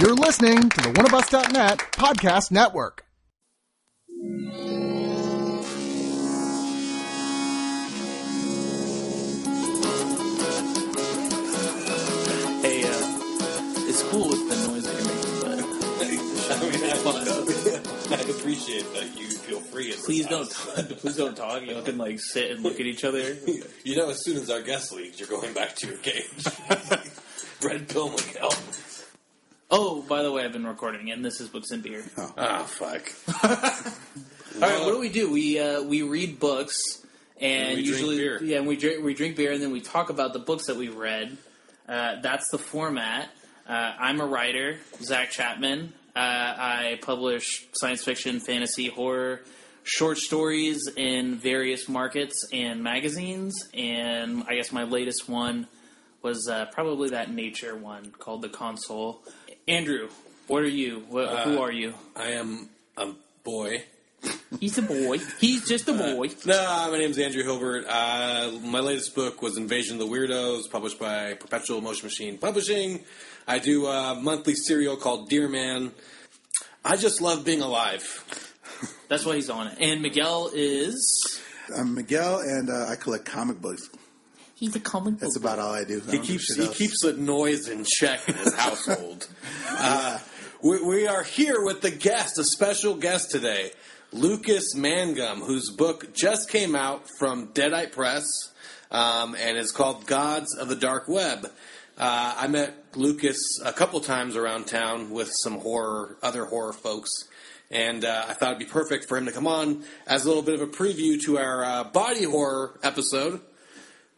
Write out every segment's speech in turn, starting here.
You're listening to the oneofus.net podcast network. Hey, uh, it's cool with the noise that you're making, but I mean, I, I appreciate that you feel free. At please this don't, house. please don't talk. You can like sit and look at each other. You know, as soon as our guest leaves, you're going back to your cage. Red pill Miguel. Oh, by the way, I've been recording, and this is what's in beer. All Oh, fuck. right, what do we do? We uh, we read books, and, And we drink usually, beer. yeah, and we drink we drink beer, and then we talk about the books that we read. Uh, that's the format. Uh, I'm a writer, Zach Chapman. Uh, I publish science fiction, fantasy, horror, short stories in various markets and magazines. And I guess my latest one was uh, probably that nature one called The Console. Andrew, what are you? What, Uh, who are you? I am a boy. He's a boy. He's just a uh, boy. No, my name's Andrew Hilbert. Uh, my latest book was Invasion of the Weirdos, published by Perpetual Motion Machine Publishing. I do a monthly serial called Dear Man. I just love being alive. That's why he's on it. And Miguel is. I'm Miguel, and uh, I collect comic books. He's a comic That's about all I do. I He don't do keeps shit he else. keeps the noise in check in his household. uh, we, we are here with the guest, a special guest today, Lucas Mangum, whose book just came out from Deadite Press, um, and is called "Gods of the Dark Web." Uh, I met Lucas a couple times around town with some horror, other horror folks, and uh, I thought it'd be perfect for him to come on as a little bit of a preview to our uh, body horror episode.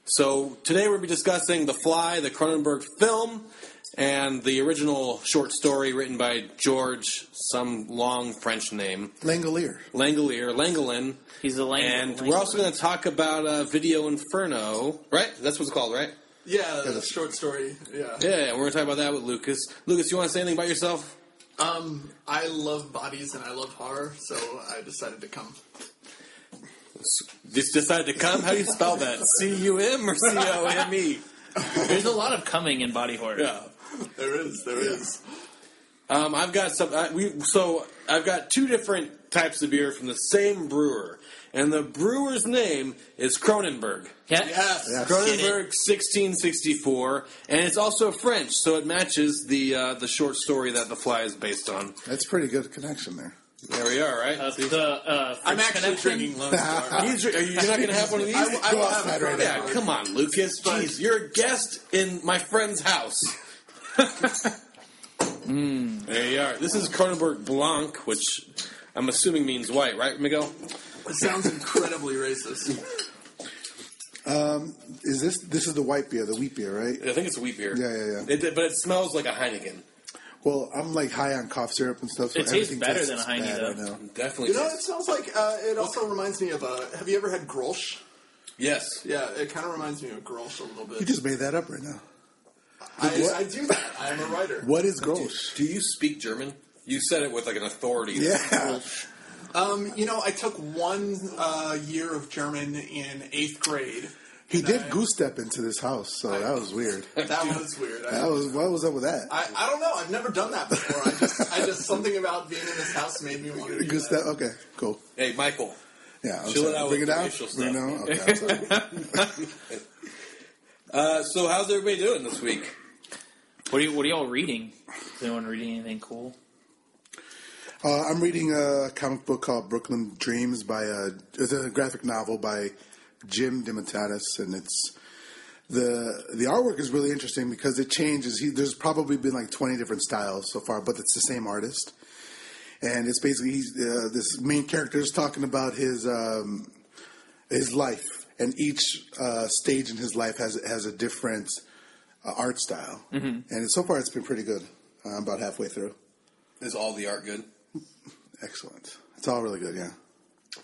So today we're going to be discussing The Fly, the Cronenberg film, and the original short story written by George, some long French name, Langolier. Langolier, Langolin. He's a lang- And lang- we're also going to talk about uh, Video Inferno, right? That's what it's called, right? Yeah, the short story. Yeah. Yeah, we're going to talk about that with Lucas. Lucas, you want to say anything about yourself? Um, I love bodies and I love horror, so I decided to come. Just decided to come? How do you spell that? C U M or C O M E? There's a lot of coming in body horror. Yeah. There is, there is. Um, I've got some. I, we so I've got two different types of beer from the same brewer, and the brewer's name is Cronenberg. Yeah? Yes. Yeah. Cronenberg, sixteen sixty four, and it's also French, so it matches the uh, the short story that The Fly is based on. That's pretty good connection there. There we are, right? Uh, the, uh, I'm French actually Connection. drinking Lone Star. He's- are you, are not going to have one of these? I, I Go will have outside a right right yeah, come on, Lucas. But- Jeez, you're a guest in my friend's house. There you are. This is Cronenberg Blanc, which I'm assuming means white, right, Miguel? It sounds incredibly racist. Is this this is the white beer, the wheat beer, right? I think it's a wheat beer. Yeah, yeah, yeah. It- It, but it smells like a Heineken. Well, I'm like high on cough syrup and stuff. So It tastes everything better tastes than a Heine, bad though. right now. Definitely. You know, it sounds like, uh, it also reminds me of, uh, have you ever had Grolsch? yes. Yeah, it kind of reminds me of Grolsch a little You bit. just made that up right now. I, what? I do that. I am a writer. What is Grosch? Do you speak German? You said it with like an authority. Yeah. Um, you know, I took one uh, year of German in eighth grade. He And did I- goose step into this house, so that was weird. That was weird. I- That was what was up with that? I, I don't know. I've never done that before. I just, I just something about being in this house made me want to. Do Goose that. step. Okay, cool. Hey, Michael. Yeah, I'm Chill it sorry. out Bring with it the down. racial Bring it down. stuff. Okay, I'm sorry. Uh, so, how's everybody doing this week? What are, you, what are y'all reading? Is anyone reading anything cool? Uh, I'm reading a comic book called Brooklyn Dreams by uh it's a graphic novel by Jim DeMatteis, and it's the the artwork is really interesting because it changes. He, there's probably been like 20 different styles so far, but it's the same artist, and it's basically he's, uh, this main character is talking about his um, his life, and each uh, stage in his life has has a different uh, art style, and so far it's been pretty good. I'm about halfway through. Is all the art good? Excellent. It's all really good, yeah.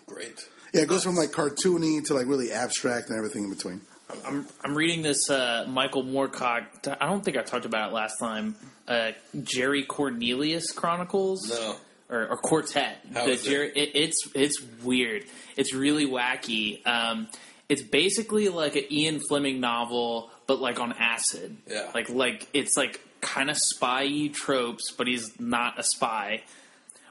Great. Yeah, it goes from like cartoony to like really abstract and everything in between. I'm, I'm reading this uh, Michael Moorcock. I don't think I talked about it last time. Uh, Jerry Cornelius Chronicles. No. Or, or quartet. How The is it? Jerry- it- It's it's weird. It's really wacky. Um, it's basically like an Ian Fleming novel, but like on acid. Yeah. Like like it's like ki- kind of spy tropes, but he's not a spy.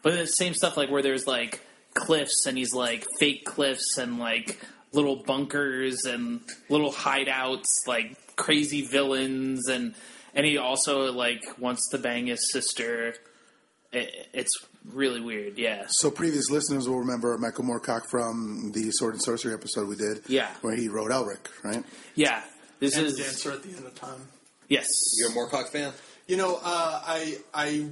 But the same stuff like where there's like cliffs and he's like fake cliffs and like little bunkers and little hideouts, like crazy villains and and he also like wants to bang his sister. It, it's really weird, yeah. So previous listeners will remember Michael Moorcock from the Sword and Sorcery episode we did. Yeah. Where he wrote Elric, right? Yeah. This and is dancer at the end of time. yes. You're a Moorcock fan? You know, uh, I I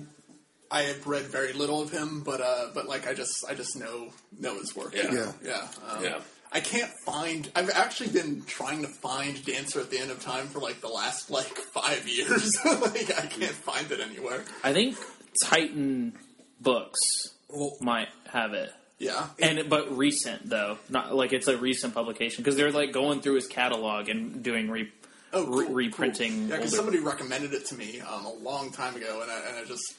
I have read very little of him, but uh, but like I just I just know know his work. Yeah. Yeah. yeah. Um, Yeah. I can't find. I've actually been trying to find Dancer at the End of Time for like the last like five years. like I can't find it anywhere. I think Titan books Well- might have it. Yeah, And but recent though, not like it's a recent publication because they're like going through his catalog and doing re- oh, re- reprinting. Yeah, because older- somebody recommended it to me um, a long time ago, and I, and I just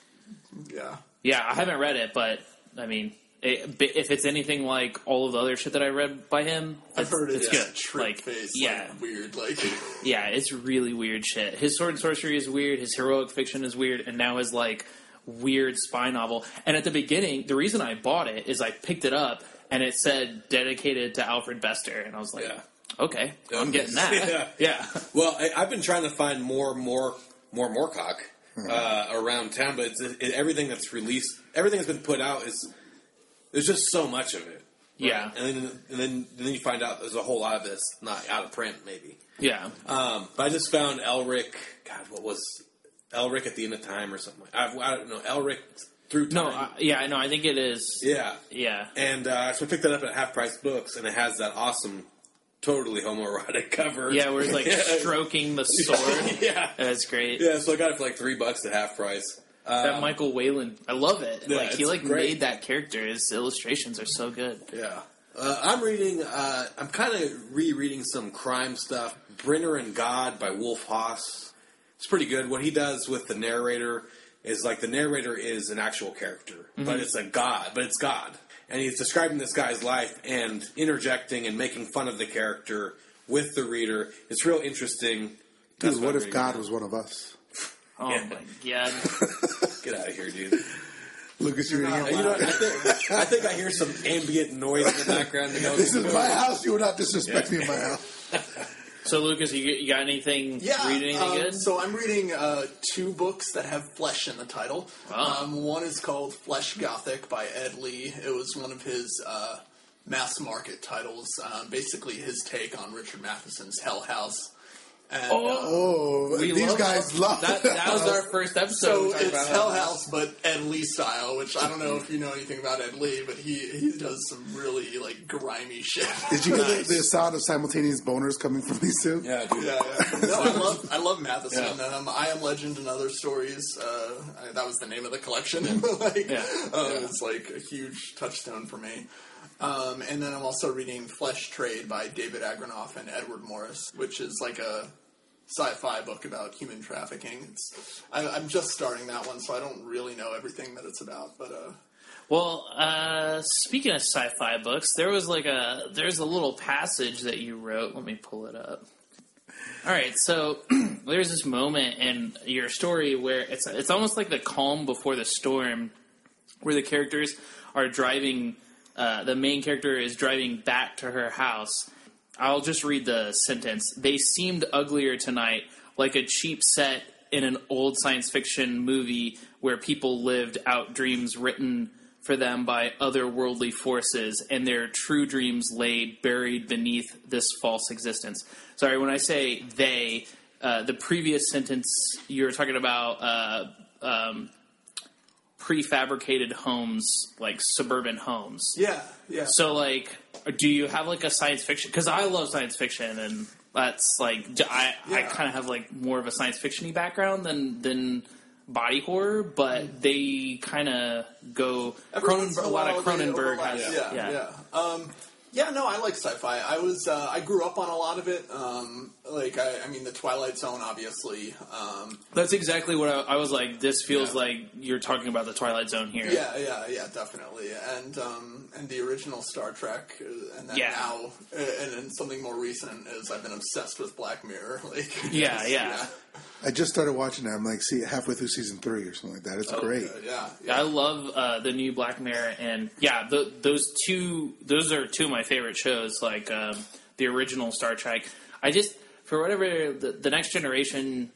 yeah. Yeah, I haven't read it, but I mean, it, bi- if it's anything like all of the other shit that I read by him, I've it's, heard it's it's good. Trip like, face, yeah, like, weird, like yeah, it's really weird shit. His sword and sorcery is weird. His heroic fiction is weird, and now his like weird spy novel. And at the beginning, the reason I bought it is I picked it up and it said dedicated to Alfred Bester, and I was like, Yeah. okay, I'm Yeah. getting that. yeah. Well, I, I've been trying to find more, more, more Moorcock uh, around town, but it's, it, everything that's released, everything that's been put out is there's just so much of it. Yeah. and then and then and then you find out there's a whole lot of it that's not out of print, maybe. Yeah. Um, but I just found Elric. God, what was Elric at the end of time or something? I've, I don't know Elric through time. No, I, yeah, I know. I think it is. Um, yeah, Yeah. and uh, so I picked that up at Half Price Books, and it has that awesome, totally homoerotic cover. Yeah, where he's like yeah. stroking the sword. yeah, That's great. yeah. So I got it for like three bucks at Half Price. That Michael Whalen, I love it. Yeah, like he it's like great. made that character. His illustrations are so good. Yeah. Uh, I'm reading, uh, I'm kind of rereading some crime stuff. Brenner and God by Wolf Haas. It's pretty good. What he does with the narrator is like the narrator is an actual character, but it's a god, but it's God. And he's describing this guy's life and interjecting and making fun of the character with the reader. It's real interesting. That's Dude, what I'm if reading God now. was one of us? Oh Yeah. my god. Get out of here, dude. Lucas, you're reading not out You loud. know, what? I, think, I think I hear some ambient noise in the background. that goes- This is my house. You would not disrespect me in my house. So Lucas, you, you got anything? Yeah. Reading anything um, good? So I'm reading uh, two books that have flesh in the title. Ah. Um, one is called Flesh Gothic by Ed Lee. It was one of his uh, mass market titles, um, basically his take on Richard Matheson's Hell House. And, uh, Oh, We these love- guys love that, that was our first episode. so we talked it's about Hell that. House, but Ed Lee style. Which I don't know if you know anything about Ed Lee, but he he does some really like grimy shit. Did you hear the, the sound of simultaneous boners coming from these two? yeah, dude. Yeah, yeah. No, I love I love Matheson. Yeah. Um, I am Legend and Other Stories. Uh, I- that was the name of the collection. like, Yeah. uh, it's like a huge touchstone for me. Um, and then I'm also reading Flesh Trade by David Agronoff and Edward Morris, which is like a sci-fi book about human trafficking. It's, I, I'm just starting that one, so I don't really know everything that it's about, but. Uh, Well, uh, speaking of sci-fi books, there was like a there's a little passage that you wrote. Let me pull it up. All right, so there's this moment in your story where it's it's almost like the calm before the storm, where the characters are driving. Uh, the main character is driving back to her house. I'll just read the sentence. They seemed uglier tonight, like a cheap set in an old science fiction movie where people lived out dreams written for them by otherworldly forces, and their true dreams lay buried beneath this false existence. Sorry, when I say they, uh, the previous sentence you were talking about uh, um, prefabricated homes, like suburban homes. yeah, yeah. So, like, do you have like a science fiction? Because I love science fiction, and that's like d- I I Yeah. kind of have like more of a science fictiony background than than body horror, Mm. but they kind of go Every once Cronenberg. in A lot of while they Cronenberg overlap. has yeah, yeah. Um, yeah, no, I like sci-fi. I was, uh, I grew up on a lot of it. Um, like, I, I mean, The Twilight Zone, obviously. Um, That's exactly what I, I was like. This feels Yeah. like you're talking about the Twilight Zone here. yeah, yeah, yeah, definitely. And um, and the original Star Trek, uh, and then Yeah. now, uh, and then something more recent is I've been obsessed with Black Mirror. Like, Yeah, yes, yeah. I just started watching it. I'm like, see, halfway through season three or something like that. Oh, It's great. Uh, yeah, I love uh, the new Black Mirror, and yeah, th those two those are two of my favorite shows. Like um, the original Star Trek, I just for whatever the, the next generation,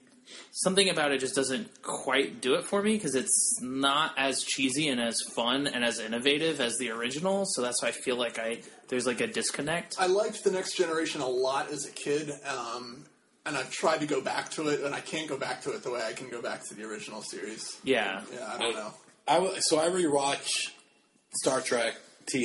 something about it just doesn't quite do it for me because it's not as cheesy and as fun and as innovative as the original. So that's why I feel like I there's like a disconnect. I liked the Next Generation a lot as a kid, um, and I've tried to go back to it, and I can't go back to it the way I can go back to the original series. yeah, Yeah, I don't know. I w- so I rewatch Star Trek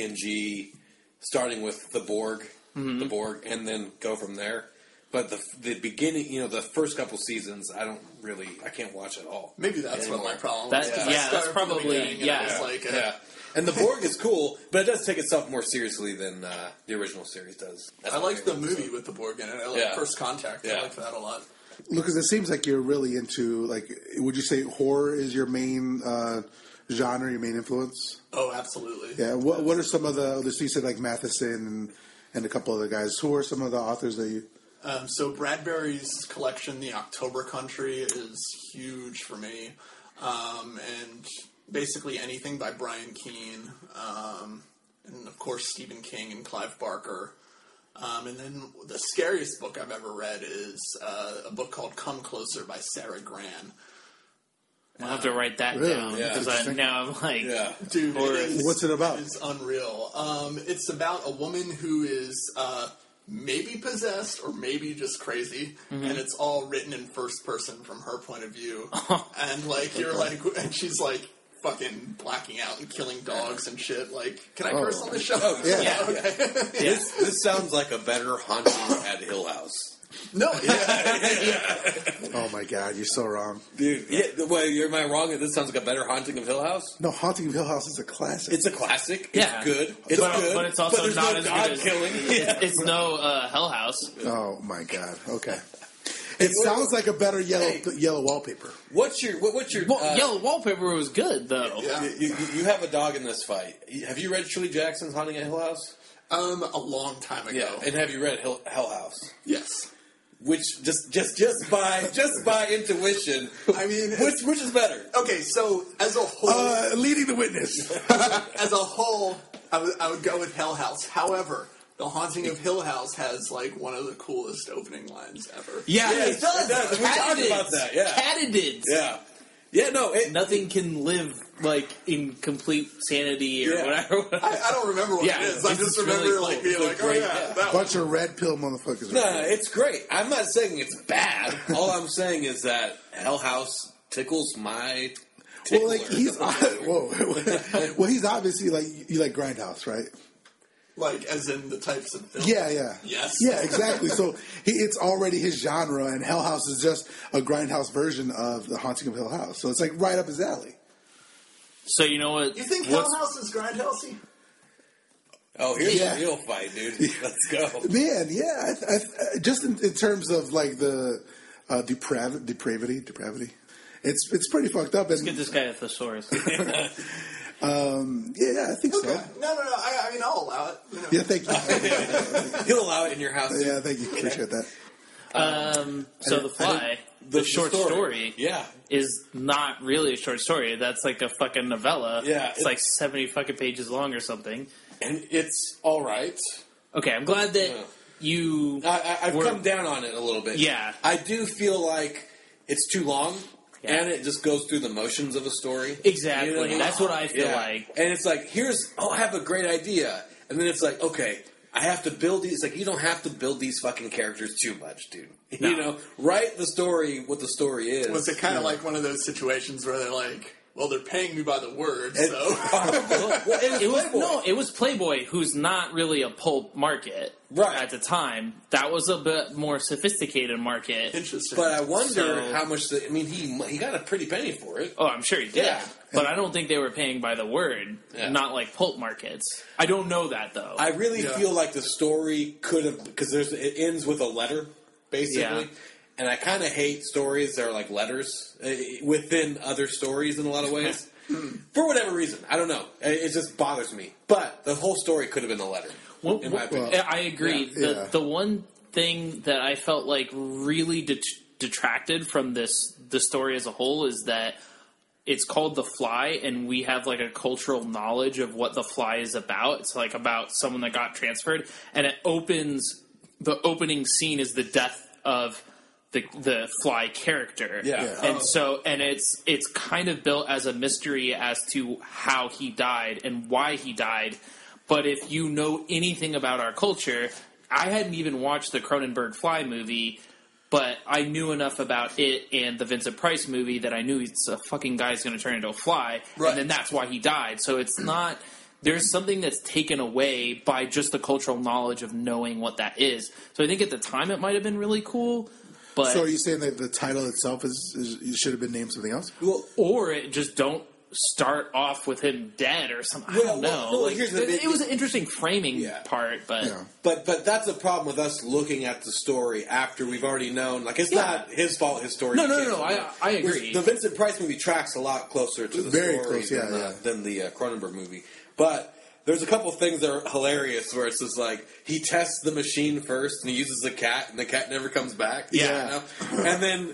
TNG, starting with the Borg, Mm-hmm. the Borg, and then go from there. But the the beginning, you know, the first couple seasons, I don't really, I can't watch at all. Maybe that's what Anymore. my problem. That's- was, 'cause I yeah, that's started from the probably- beginning, and yeah. I was like, uh, Yeah, and the Borg is cool, but it does take itself more seriously than uh, the original series does. That's I my like the favorite movie episode. with the Borg in it. I like Yeah. First Contact. I Yeah. like that a lot. Lucas, it seems like you're really into like. Would you say horror is your main uh, genre, your main influence? Oh, absolutely. Yeah. What What are some of the others? You said like Matheson and, and a couple other guys. Who are some of the authors that you? Um, so Bradbury's collection, The October Country, is huge for me, um, and basically anything by Brian Keene, um, and of course Stephen King and Clive Barker. Um, and then the scariest book I've ever read is uh, a book called Come Closer by Sarah Gran. I'll have to write that Really? down Yeah. because I Interesting. now I'm like Yeah, Dude, Or- it is, What's it about? It's unreal. Um, it's about a woman who is uh, maybe possessed or maybe just crazy, and it's all written in first person from her point of view. and like you're like, and she's like fucking blacking out and killing dogs and shit. Like, can I curse on the show? yeah. Yeah. Okay. This, this sounds like a better haunting at Hill House, no. Yeah. Oh my God, you're so wrong. dude. Yeah, well, am I wrong? This sounds like a better haunting of Hill House. No, Haunting of Hill House is a classic. It's a classic. It's Yeah. good. It's But- good. but it's also there's not no as good god as- killing. It's, it's no uh, Hell House. oh my God. Okay. It sounds like a better yellow yellow wallpaper. What's your what, what's your Well, uh, Yellow Wallpaper was good though. Yeah. You, you, you have a dog in this fight. Have you read Shirley Jackson's Haunting at Hill House? Um, a long time ago. And have you read Hill, Hell House? yes. Which just just just by just by intuition, I mean, which which is better? okay. So as a whole, Uh, leading the witness. as a whole, I would- I would go with Hell House. However, The Haunting of Hill House has like one of the coolest opening lines ever. Yeah, it does. It does. We talked Catadids. about that. Yeah, Catadids. yeah, yeah. No, it, Nothing can live like in complete sanity or Yeah. whatever. I, I don't remember what Yeah, it is. I it's just really remember like cool. It's being a like, oh great- yeah, yeah. that one. Bunch of red pill motherfuckers. No, no, uh, it's great. I'm not saying it's bad. All I'm saying is that Hell House tickles my. Well, like tickler. he's whoa. well, he's obviously like you like Grindhouse, right? like as in the types of films. Yeah, yeah, Yes. yeah, exactly. so he, it's already his genre, and Hell House is just a Grindhouse version of The Haunting of Hill House. So it's like right up his alley. So you know what? You think what's- Hell House is grindhousey? Oh, here's Yeah. a real fight, dude. Let's go. Man, yeah, I, I, I- just in, in terms of like the uh, deprav- depravity, depravity. It's it's pretty fucked up, Get and this guy a thesaurus. um, yeah, yeah, I think Okay. so. No, no, no. I, I mean, I'll allow it. You know. Yeah, thank you. He'll allow it in your house. yeah, thank you. Appreciate that. um, so the fly, the, short story, Yeah. is not really a short story. That's like a fucking novella. Yeah, it's it- like seventy fucking pages long or something. And it's all right. Okay, I'm glad that Yeah. you. I, I, I've were- come down on it a little bit. Yeah. I do feel like it's too long. Yeah. And it just goes through the motions of a story. Exactly. You know mean? That's what I feel like. And it's like, here's, oh, I have a great idea. And then it's like, okay, I have to build these. It's like, you don't have to build these fucking characters too much, dude. No. You know, write the story what the story is. Was it kind of like one of those situations where they're like, well, they're paying me by the word, It- so. Uh, Well, it was It was Playboy. no, it was Playboy, who's not really a pulp market Right. at the time. That was a bit more sophisticated market. Interesting. But I wonder So- how much. The, I mean, he he got a pretty penny for it. Oh, I'm sure he did, Yeah. but I don't think they were paying by the word, Yeah. not like pulp markets. I don't know that though. I really Yeah. feel like the story could have because there's it ends with a letter basically, Yeah. and I kind of hate stories that are like letters uh, within other stories in a lot of ways. For whatever reason, I don't know. It it just bothers me. But the whole story could have been a letter, Well, in my well, opinion. I agree. Yeah, the, yeah. the one thing that I felt like really det- detracted from this the story as a whole is that it's called The Fly, and we have like a cultural knowledge of what The Fly is about. It's like about someone that got transferred, and it opens. The opening scene is the death of the the Fly character. Yeah. Yeah. and so and it's it's kind of built as a mystery as to how he died and why he died. But if you know anything about our culture, I hadn't even watched the Cronenberg Fly movie but I knew enough about it and the Vincent Price movie that I knew it's a fucking guy's going to turn into a fly, Right. and then that's why he died. So it's not there's something that's taken away by just the cultural knowledge of knowing what that is. So I think at the time it might have been really cool, but So are you saying that the title itself is, is it should have been named something else? or it just don't start off with him dead or something. I Well, don't know. well, well, Like, here's the it, big- it was an interesting framing Yeah. part, but Yeah. But but that's the problem with us looking at the story after we've already known. Like it's not his fault. His story. No, no, became no, no, I- something. I agree. The Vincent Price movie tracks a lot closer to the Very story close, yeah, than, yeah. The, than the uh, Cronenberg movie. But there's a couple things that are hilarious where it's just like he tests the machine first and he uses the cat and the cat never comes back. Yeah. You know? and then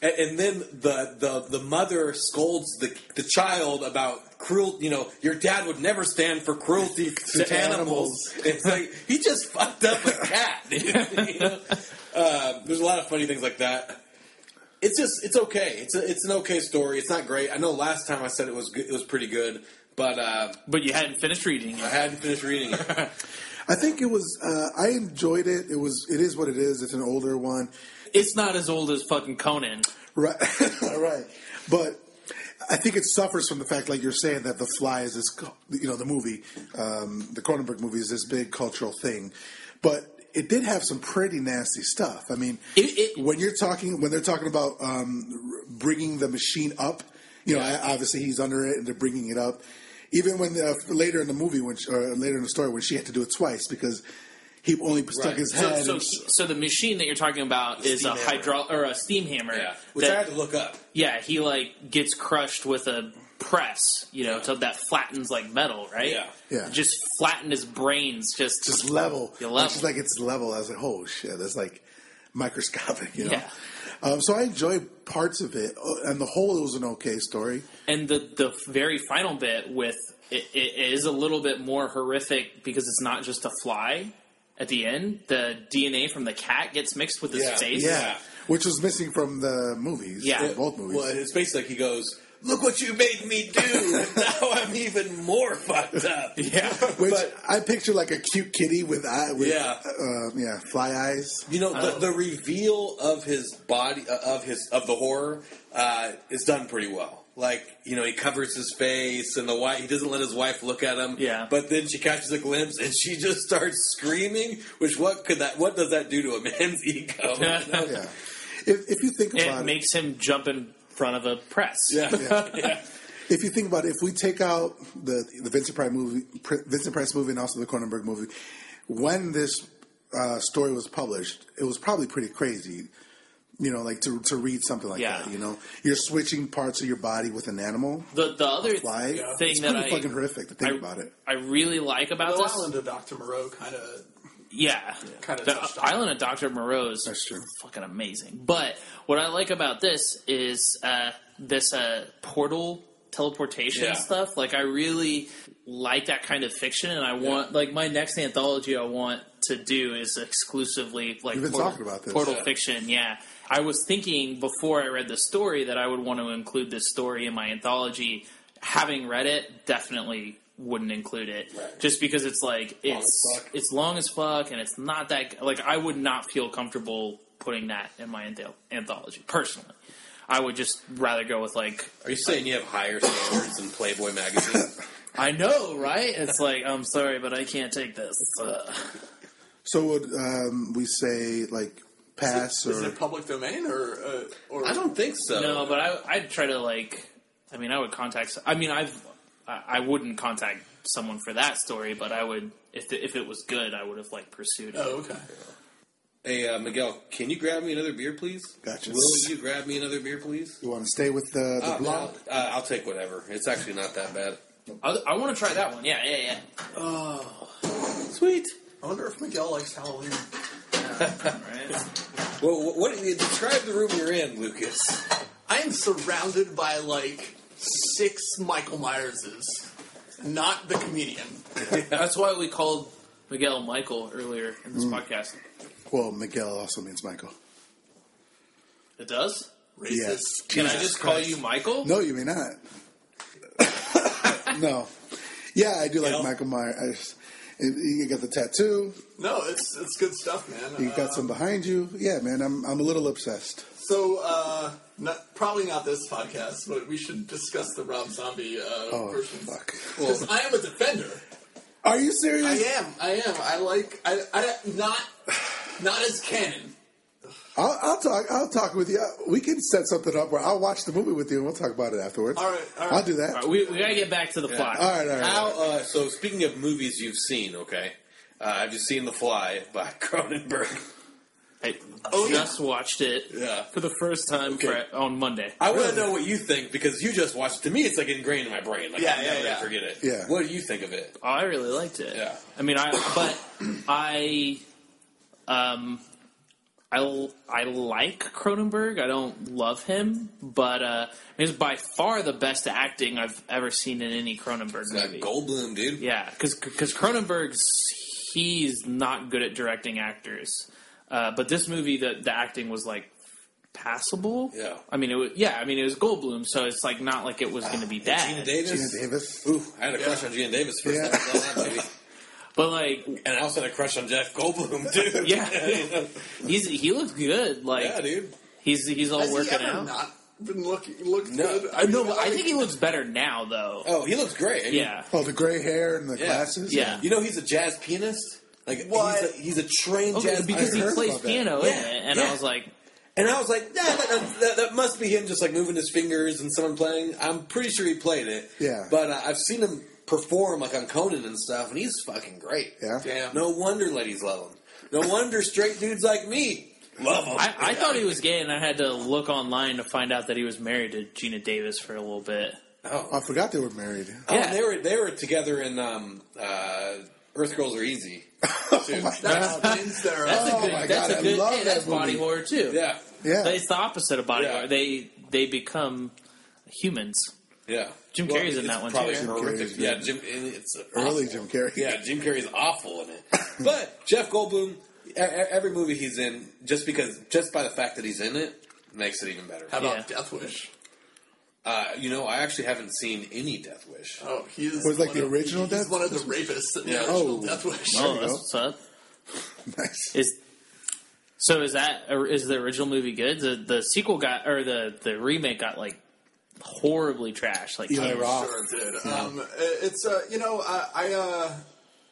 and, and then the, the the mother scolds the the child about cruel. You know, your dad would never stand for cruelty to, To animals. It's like he just fucked up a cat. dude, you know? uh, there's a lot of funny things like that. It's just it's okay. It's a, it's an okay story. It's not great. I know last time I said it was good, it was pretty good, but uh, but you hadn't finished reading I it. hadn't finished reading it. I think it was. Uh, I enjoyed it. It was. It is what it is. It's an older one, It's not as old as fucking Conan. right? right. But I think it suffers from the fact, like you're saying, that the Fly is this. cu- You know, the movie, um, the Cronenberg movie, is this big cultural thing, but it did have some pretty nasty stuff. I mean, It- it- when you're talking, when they're talking about um, r- bringing the machine up, you know, I, obviously he's under it and they're bringing it up. Even when the, later in the movie, when she, or later in the story, when she had to do it twice because he only stuck Right. his So, head. so, and- so the machine that you're talking about is a steam hammer. hydraulic or a steam hammer. Yeah, which I that- had to look up. yeah, he like gets crushed with a press, you know, so that flattens like metal, right? Yeah. Yeah. Just flatten his brains, just, just level. Yeah, level. It's just like it's level. I was like, oh shit, that's like microscopic, you know. Yeah. Um, so I enjoyed parts of it, Uh, and the whole it was an okay story. and the the very final bit with it, it is a little bit more horrific because it's not just a fly. At the end, the DNA from the cat gets mixed with his Yeah. face. Yeah, Yeah. which was missing from the movies. Yeah. from both movies. Well, and it's basically like he goes, "Look what you made me do! and now I'm even more fucked up." Yeah, which but I picture like a cute kitty with eye, with, Yeah. uh, yeah, fly eyes. you know, Oh. the, the reveal of his body uh, of his of the horror uh, is done pretty well. Like you know, he covers his face, and the wife he doesn't let his wife look at him. Yeah. but then she catches a glimpse, and she just starts screaming. Which what could that? What does that do to a man's ego? you know? Yeah, if, if you think It about it, makes him jump in front of a press. yeah. yeah. if you think about it, if we take out the the Vincent Price movie, Pr- Vincent Price movie, and also the Cronenberg movie, when this uh, story was published, it was probably pretty crazy. You know, like to to read something like Yeah. that. You know, you're switching parts of your body with an animal. The the other Fly. thing it's that pretty I fucking horrific to think I- about it. I really like about The this. Island of Dr. Moreau kind of. Yeah, Kinda the touched on Island of Doctor Moreau is That's true. fucking amazing. But what I like about this is uh, this uh, portal teleportation Yeah. stuff. Like I really like that kind of fiction, and I want like my next anthology I want to do is exclusively like You've been portal, talking about this. portal Yeah. fiction. Yeah, I was thinking before I read the story that I would want to include this story in my anthology. Having read it, definitely wouldn't include it Right. just because it's like it's as fuck. it's long as fuck and it's not that like I would not feel comfortable putting that in my antho- anthology personally. I would just rather go with like Are you saying you have higher standards than Playboy magazine? I know, right? It's like I'm sorry, but I can't take this. Uh, So would um, we say like pass Is or it public domain or. Uh, or I don't think so. no, but I I'd try to like. I mean, I would contact. I mean, I've I I wouldn't contact someone for that story, but I would if the, if it was good, I would have like pursued it. Oh, okay. Hey, uh, Miguel, can you grab me another beer, please? Gotcha. Will you grab me another beer, please? you want to stay with the, the Uh, blog? no, uh, I'll take whatever. It's actually not that bad. I, I want to try that one. Yeah, yeah, yeah. Sweet. I wonder if Miguel likes Halloween. All right. Well, what, what describe the room you're in, Lucas? I am surrounded by like six Michael Myerses, not the comedian. That's why we called Miguel Michael earlier in this podcast. Well, Miguel also means Michael. It does? Racist. Yes. Can I just call you Michael? No, you may not. no. Yeah, I do like Michael Myers. I just- You got the tattoo. No, it's it's good stuff, man. You Uh, got some behind you. Yeah, man, I'm I'm a little obsessed. so uh, not, probably not this podcast, but we should discuss the Rob Zombie uh, Oh versions. fuck! 'Cause I am a defender. Are you serious? I am. I am. I like. I. I not. Not as canon. I'll, I'll talk. I'll talk with you. We can set something up where I'll watch the movie with you and we'll talk about it afterwards. All right, all right. I'll do that. All right, we, we gotta get back to the plot. All right, all right. How? Uh, so, speaking of movies you've seen, okay, uh, have you seen The Fly by Cronenberg? I Oh, yeah. just watched it Yeah. for the first time Okay. for, on Monday. I want to know what you think because you just watched. it. To me, it's like ingrained in my brain. Like, Yeah, I'm yeah, never gonna yeah. Forget it. Yeah. What do you think of it? Uh, Oh, I really liked it. Yeah. I mean, I but I um I l- I like Cronenberg. I don't love him, but uh it's by far the best acting I've ever seen in any Cronenberg Like movie. Goldblum, dude. Yeah, because Cronenberg's he's not good at directing actors, uh, but this movie the the acting was like passable. Yeah. I mean it was yeah, I mean it was Goldblum, so it's like not like it was going to be Gina bad. Gina Davis. Davis. Ooh, I had a crush on Gina Davis first. Yeah. time I saw that movie. But like And I also had a crush on Jeff Goldblum, dude. Yeah. he's he looked good. Like yeah, dude. he's he's all Has he working ever out. not been looking looked No. good? I know. mean, I like- think he looks better now though. Oh, he looks great. I mean, yeah. Oh, the gray hair and the Yeah. glasses. Yeah. You know, he's a jazz pianist. Like, What? He's a, he's a trained Okay, jazz because pianist. he heard plays about that. piano Yeah, in it, and yeah. I was like, And I was like, nah, that, that, that, that must be him just like moving his fingers and someone playing. I'm pretty sure he played it. Yeah. But uh, I've seen him perform like on Conan and stuff, and he's fucking great. Yeah. Damn. No wonder ladies love him. No wonder straight dudes like me love him. I, I thought he was gay, and I had to look online to find out that he was married to Gina Davis for a little bit. Oh, I forgot they were married. Oh, Yeah. they were they were together in um, uh, Earth Girls Are Easy. Oh my That God. explains their. That's uh, a good. Oh my that's God, I a good. love hey, that's that body movie. horror too. Yeah, Yeah. But it's the opposite of body Yeah. horror. They they become humans. yeah. Jim Carrey's in it's that one, probably too. Jim horrific. Carrey's yeah, good. Jim. and It's Early awful. Jim Carrey. Yeah, Jim Carrey's awful in it. But Jeff Goldblum, e- e- every movie he's in, just because, just by the fact that he's in it, makes it even better. How about Yeah. Death Wish? Uh, you know, I actually haven't seen any Death Wish. Oh, he is. Was, like, one the of- original he's Death one of the rapists in the Yeah. original Oh. Death Wish. There Oh, you that's go. what's up. Nice. Is so is that or is the original movie good? The the sequel got or the the remake got like horribly trashed. Like Eli Roth. Sure did. Um, it- it's uh, you know I I, uh,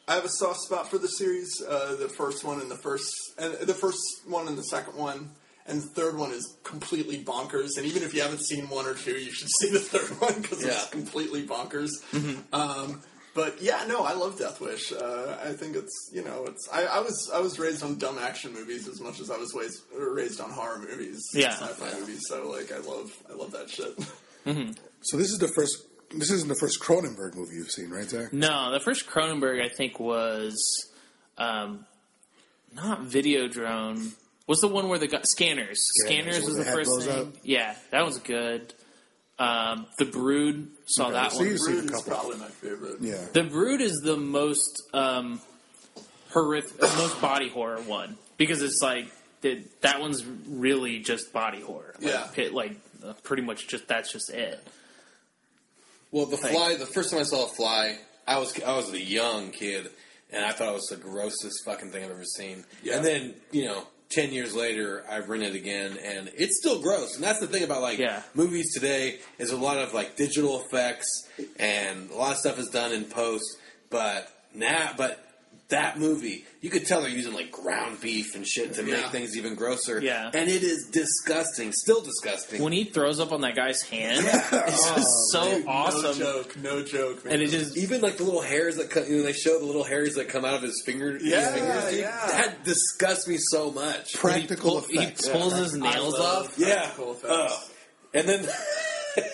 I have a soft spot for the series. Uh, the first one and the first and the first one and the second one and the third one is completely bonkers. And even if you haven't seen one or two, you should see the third one because Yeah. it's completely bonkers. Mm-hmm. Um, but yeah, no, I love Death Wish. Uh, I think it's you know it's I, I was I was raised on dumb action movies as much as I was raised, raised on horror movies, Yeah. sci-fi movies. So like I love I love that shit. So this is the first. This isn't the first Cronenberg movie you've seen, right, Zach? No, the first Cronenberg I think was um, not Videodrome. Was the one where the guy, scanners? Scanners, Scanners was where the the head first blows thing. up. Yeah, that was good. Um, the Brood saw Okay, that so one. you've seen a Brood is couple. probably my favorite. Yeah. The Brood is the most um, horrific, uh, most body horror one because it's like that. That one's really just body horror. Like, Yeah. pit- like uh, pretty much just that's just it. Well, the fly. The first time I saw a fly, I was I was a young kid, and I thought it was the grossest fucking thing I've ever seen. Yeah. And then you know, ten years later, I rent it again, and it's still gross. And that's the thing about like Yeah. movies today is a lot of like digital effects, and a lot of stuff is done in post. But now, but. That movie, you could tell they're using like ground beef and shit to make Yeah. things even grosser. Yeah. and it is disgusting, still disgusting. When he throws up on that guy's hand, it's Oh, just so awesome. No joke, no joke, man. and it just Even like the little hairs that come, you know, they show the little hairs that come out of his finger. Yeah, his fingers, dude. yeah. That disgusts me so much. Practical he effects. pulls his nails off. Practical Yeah. effects. Ugh. and then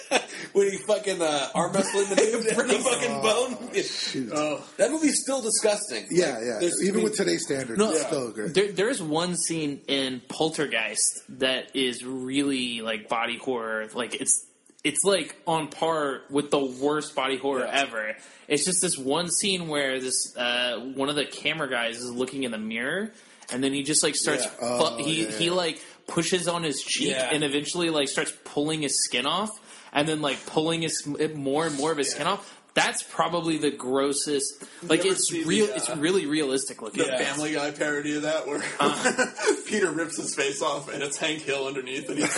when he fucking uh, arm wrestling the dude for the fucking Oh, bone. Oh. Shoot. That movie's still disgusting. yeah, Like, yeah. there's- Even I mean, with today's standards, No, it's still great. There, there's one scene in Poltergeist that is really like body horror. Like it's it's like on par with the worst body horror ever. It's just this one scene where this uh, one of the camera guys is looking in the mirror, and then he just like starts Yeah. fu- Oh, he yeah, he yeah. like pushes on his cheek Yeah. and eventually like starts pulling his skin off, and then like pulling his more and more of his skin off. That's probably the grossest. Like ever it's see the, real. uh, it's really realistic looking. The Family Guy parody of that, where Peter rips his face off and it's Hank Hill underneath, and he's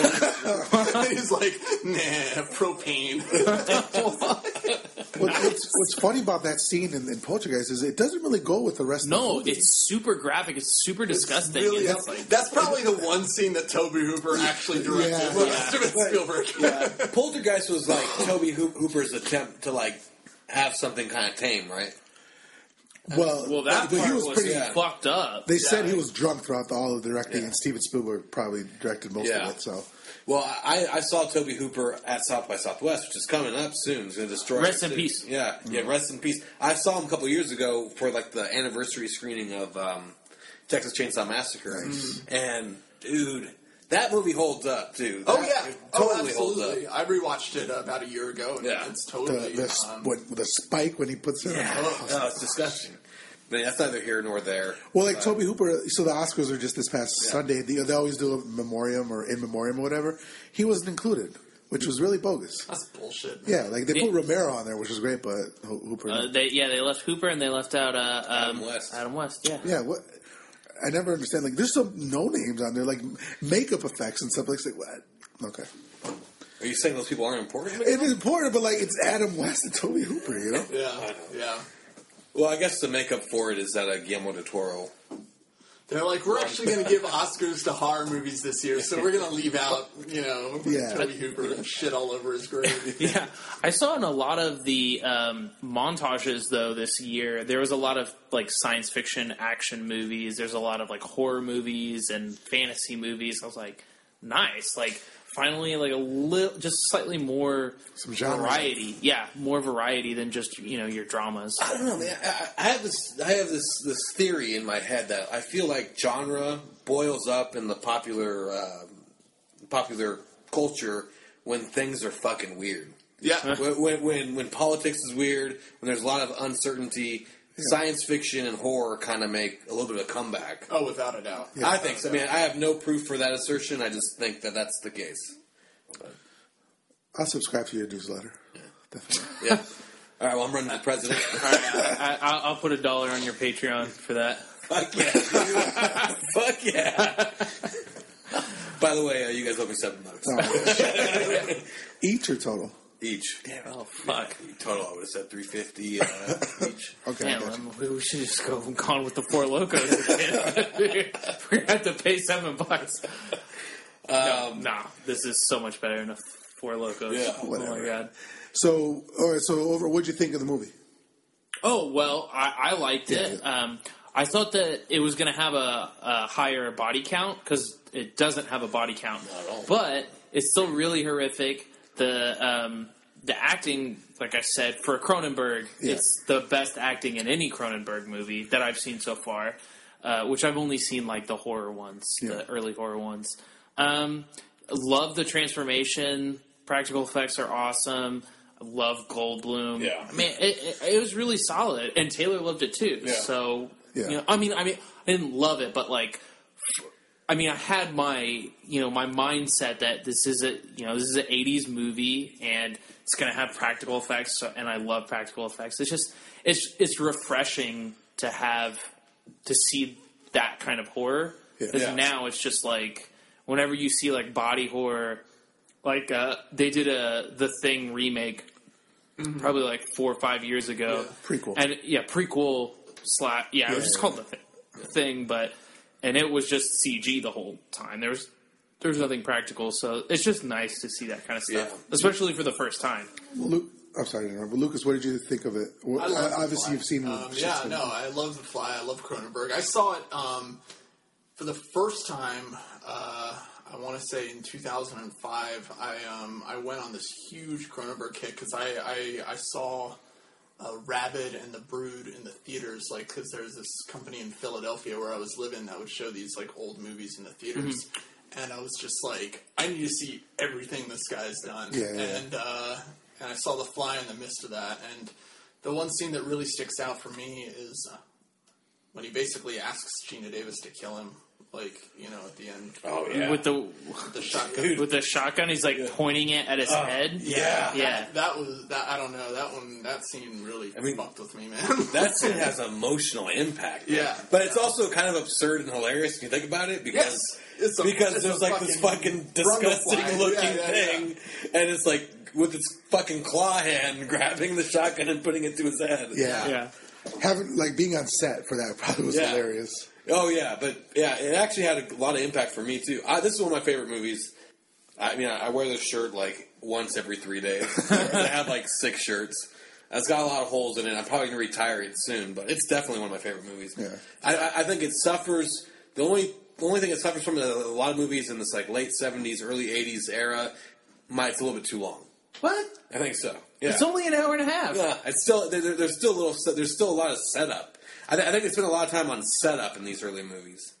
like, and he's like nah, propane. What, what's, what's funny about that scene in, in Poltergeist is it doesn't really go with the rest of the No, movie. it's super graphic. It's super disgusting. really It's- ugly. That's probably the one scene that Toby Hooper actually directed. Yeah. with Steven Spielberg. yeah. Poltergeist was like Toby Hoop- Hooper's attempt to like have something kind of tame, right? well, well, that but part he was, was pretty. yeah. fucked up. They said he was drunk throughout the, all of the directing, Yeah. and Steven Spielberg probably directed most Yeah. of it. So Well, I, I saw Toby Hooper at South by Southwest, which is coming up soon. It's going to destroy. Rest it in soon. peace. Mm-hmm. Yeah, yeah. Rest in peace. I saw him a couple years ago for like the anniversary screening of um, Texas Chainsaw Massacre, and dude, that movie holds up, dude. Oh That- yeah, it oh totally holds up. absolutely. I rewatched it about a year ago, and Yeah. it's the totally. the, s- um, what, the spike when he puts it. Yeah. on. Oh, No, Oh, it's disgusting. Man, that's neither here nor there. Well, like Toby Hooper, so the Oscars are just this past Sunday. They, they always do a memoriam or in memoriam or whatever. He wasn't included, Hmm. which was really bogus. that's bullshit. Man. Yeah, like they put Romero on there, which was great, but Ho- Hooper. Uh, they, yeah, they left Hooper and they left out uh, um, Adam West. Adam West, yeah. yeah, what? I never understand. Like, there's some no names on there, like makeup effects and stuff. Like, it's like what? Okay, Are you saying those people aren't important? it is important, but like it's Adam West and Toby Hooper, you know. yeah, yeah. Well, I guess the makeup for it is that uh, Guillermo del Toro. They're like, we're actually going to give Oscars to horror movies this year, so we're going to leave out, you know, Yeah. Toby Hooper and shit all over his grave. Yeah, I saw in a lot of the um, montages though this year. There was a lot of like science fiction action movies. There's a lot of like horror movies and fantasy movies. I was like, nice, like finally like a little, just slightly more Some genre. variety. Yeah, more variety than just you know your dramas. I don't know, man. I, I have this. I have this this theory in my head that I feel like genre boils up in the popular uh, popular culture when things are fucking weird. yeah. when, when, when when politics is weird, when there's a lot of uncertainty, science fiction and horror kind of make a little bit of a comeback. Oh, without a doubt. I think so. I mean, I have no proof for that assertion. I just think that that's the case. I'll subscribe to your newsletter. Definitely. Yeah. All right. Well, I'm running for president. All right, I, I, I'll- I'll put a dollar on your Patreon for that. Fuck yeah. Fuck yeah. By the way, uh, you guys owe me seven bucks Each or total? each. Oh fuck! Total, I would have said three fifty uh, each. Okay, I Damn, got you. I'm- we should just go gone with the four locos. again. We're gonna have to pay seven bucks. Um, no, nah, this is so much better than a four locos. Yeah, Oh my whatever. god. So, all right. So, over, what'd you think of the movie? Oh well, I, I liked it. Um, I thought that it was going to have a, a higher body count because it doesn't have a body count Not at all. But it's still really horrific. The um, the acting, like I said, for Cronenberg, Yeah. it's the best acting in any Cronenberg movie that I've seen so far. Uh, which I've only seen like the horror ones, Yeah. the early horror ones. Um, love the transformation. Practical effects are awesome. I love Goldblum. Yeah. I mean, it, it, it was really solid, and Taylor loved it too. So, Yeah. you know, I mean, I mean, I didn't love it, but like, I mean, I had my you know my mindset that this is a you know this is an '80s movie and it's going to have practical effects, so, and I love practical effects. It's just it's it's refreshing to have to see that kind of horror. Because Yeah. now it's just like whenever you see like body horror, like uh, they did a the thing remake Mm-hmm. probably like four or five years ago. Prequel. And yeah, prequel slap. Yeah, it was just yeah. called the thing, thing, but and it was just CG the whole time. There was there was nothing practical, so it's just nice to see that kind of stuff, Yeah. especially for the first time. Luke, I'm sorry to interrupt, but Lucas, what did you think of it? What, I love The obviously, Fly. you've seen. Um, yeah, no, I love The Fly. I love Cronenberg. I saw it um, for the first time. Uh, I want to say in 2005, I um, I went on this huge Cronenberg kick because I, I I saw uh, Rabid and The Brood in the theaters, like because there's this company in Philadelphia where I was living that would show these like old movies in the theaters, Mm-hmm. and I was just like, I need to see everything this guy's done, Yeah, yeah. and uh, and I saw The Fly in the midst of that, and the one scene that really sticks out for me is. Uh, when he basically asks Gina Davis to kill him, like you know, at the end. Oh yeah. with the The shotgun. with the shotgun. He's like pointing it at his head. Oh, yeah. yeah. That was that. I don't know. That one. That scene really mean- fucked with me, man. that scene has emotional impact. Yeah. but it's also kind of absurd and hilarious if you think about it because Yes. It's a- because it's there's a like this fucking fucking disgusting brontosaurus. looking Yeah, yeah, thing, and it's like with its fucking claw hand grabbing the shotgun and putting it to his head. Yeah. yeah. Having like being on set for that probably was Yeah. hilarious. Oh yeah, but yeah, it actually had a lot of impact for me too. I, this is one of my favorite movies. I mean, I wear this shirt like once every three days. I have like six shirts. It's got a lot of holes in it. I'm probably gonna retire it soon, but it's definitely one of my favorite movies. Yeah. I- I, I think it suffers. The only the only thing it suffers from is a lot of movies in this like late '70s, early '80s era. My, it's a little bit too long. What? I think so. Yeah. It's only an hour and a half. Yeah, it's still there, there- there's still a little se- there's still a lot of setup. I, th- I think they spend a lot of time on setup in these early movies.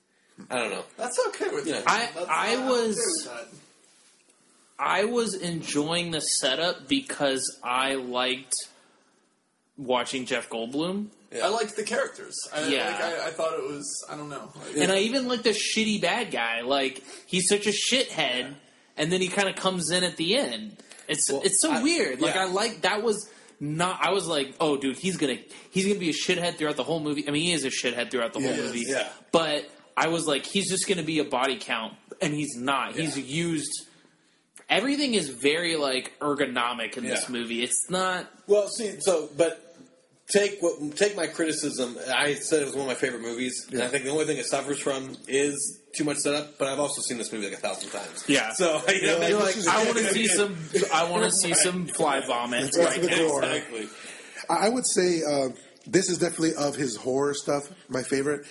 I don't know. That's okay with Yeah. me. I- That's- I I'm was- okay with that. I was enjoying the setup because I liked watching Jeff Goldblum, Yeah. I liked the characters. I, Yeah. Like, I, I thought it was. I don't know. Like, and I even liked the shitty bad guy. Like he's such a shithead, and then he kind of comes in at the end. It's it's so I- weird. Like yeah. I like that was not. I was like, oh, dude, he's gonna he's gonna be a shithead throughout the whole movie. I mean, he is a shithead throughout the whole Yes. movie. Yeah. But I was like, he's just gonna be a body count, and he's not. He's Yeah. used. Everything is very like ergonomic in this Yeah. movie. It's not Well, see, so but take what take my criticism. I said it was one of my favorite movies, and I think the only thing it suffers from is too much setup. But I've also seen this movie like a thousand times. Yeah. So you know, You're like, like, I want to see some. I want to see some fly vomit. That's Like, the gore. exactly. I I would say uh, this is definitely of his horror stuff my favorite,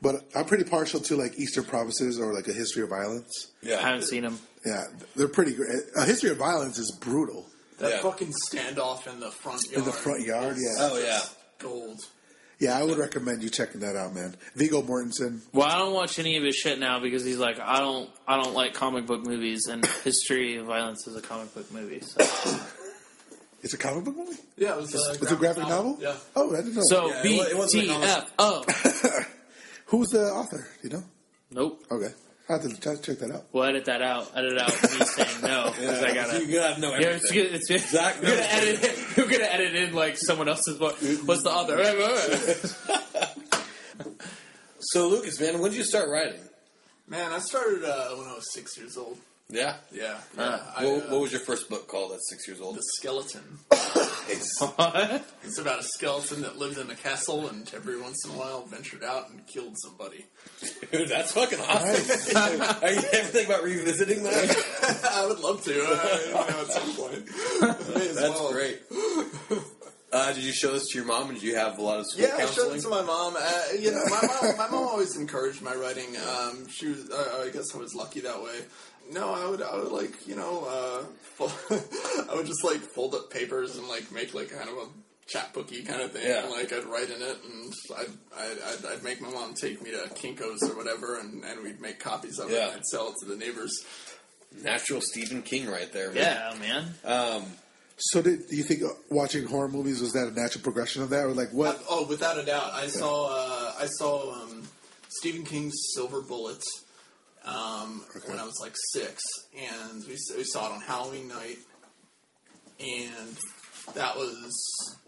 but I'm pretty partial to like Eastern Promises or like A History of Violence. I Yeah. haven't seen him. Yeah, they're pretty great. A History of Violence is brutal that Yeah. fucking standoff in the front yard. in the front yard. Yeah, Oh yeah. Gold. yeah. I would recommend you checking that out, man. Vigo Mortensen. Well, I don't watch any of his shit now because he's like, I don't, I don't like comic book movies, and History of Violence is a comic book movie. So, It's a comic book movie. Yeah. It was, a, It's a graphic novel. Yeah. Oh, I didn't know. so Yeah, it B wa- it wasn't a T comic- F O. who's the author? Do You know. Nope. Okay, I have to ch- check that out. We'll edit that out. Edit out me saying no because I You gotta. gotta know Yeah, it's everything. good. It's good. Zach We're gonna knows. edit. We're gonna edit in like someone else's book. What's the author? So Lucas, man, when did you start writing? Man, I started uh, when I was six years old. Yeah. Yeah. yeah. I, What, uh, what was your first book called at six years old? the skeleton. What? It's about a skeleton that lived in a castle and every once in a while ventured out and killed somebody. Dude, that's fucking awesome. Are you ever thinking about revisiting that? I would love to. Uh, you know, at some point. May as That's well. great. Uh, did you show this to your mom? Did you have a lot of school Yeah, I showed counseling? it to my mom. Uh, you know, my mom, my mom always encouraged my writing. Um, she was, uh, I guess, I was lucky that way. No, I would, I would like, you know, uh, fold, I would just like fold up papers and like make like kind of a chapbooky kind of thing. Yeah. And, like I'd write in it, and I'd, I'd, I'd, I'd make my mom take me to Kinkos or whatever, and, and we'd make copies of it. Yeah. and I'd sell it to the neighbors. Natural Stephen King right there. man. Yeah, man. So, did do you think uh, watching horror movies was that a natural progression of that, or like what? Oh, without a doubt. I saw uh, I saw um, Stephen King's Silver Bullet um, when I was like six, and we, s- we saw it on Halloween night, and that was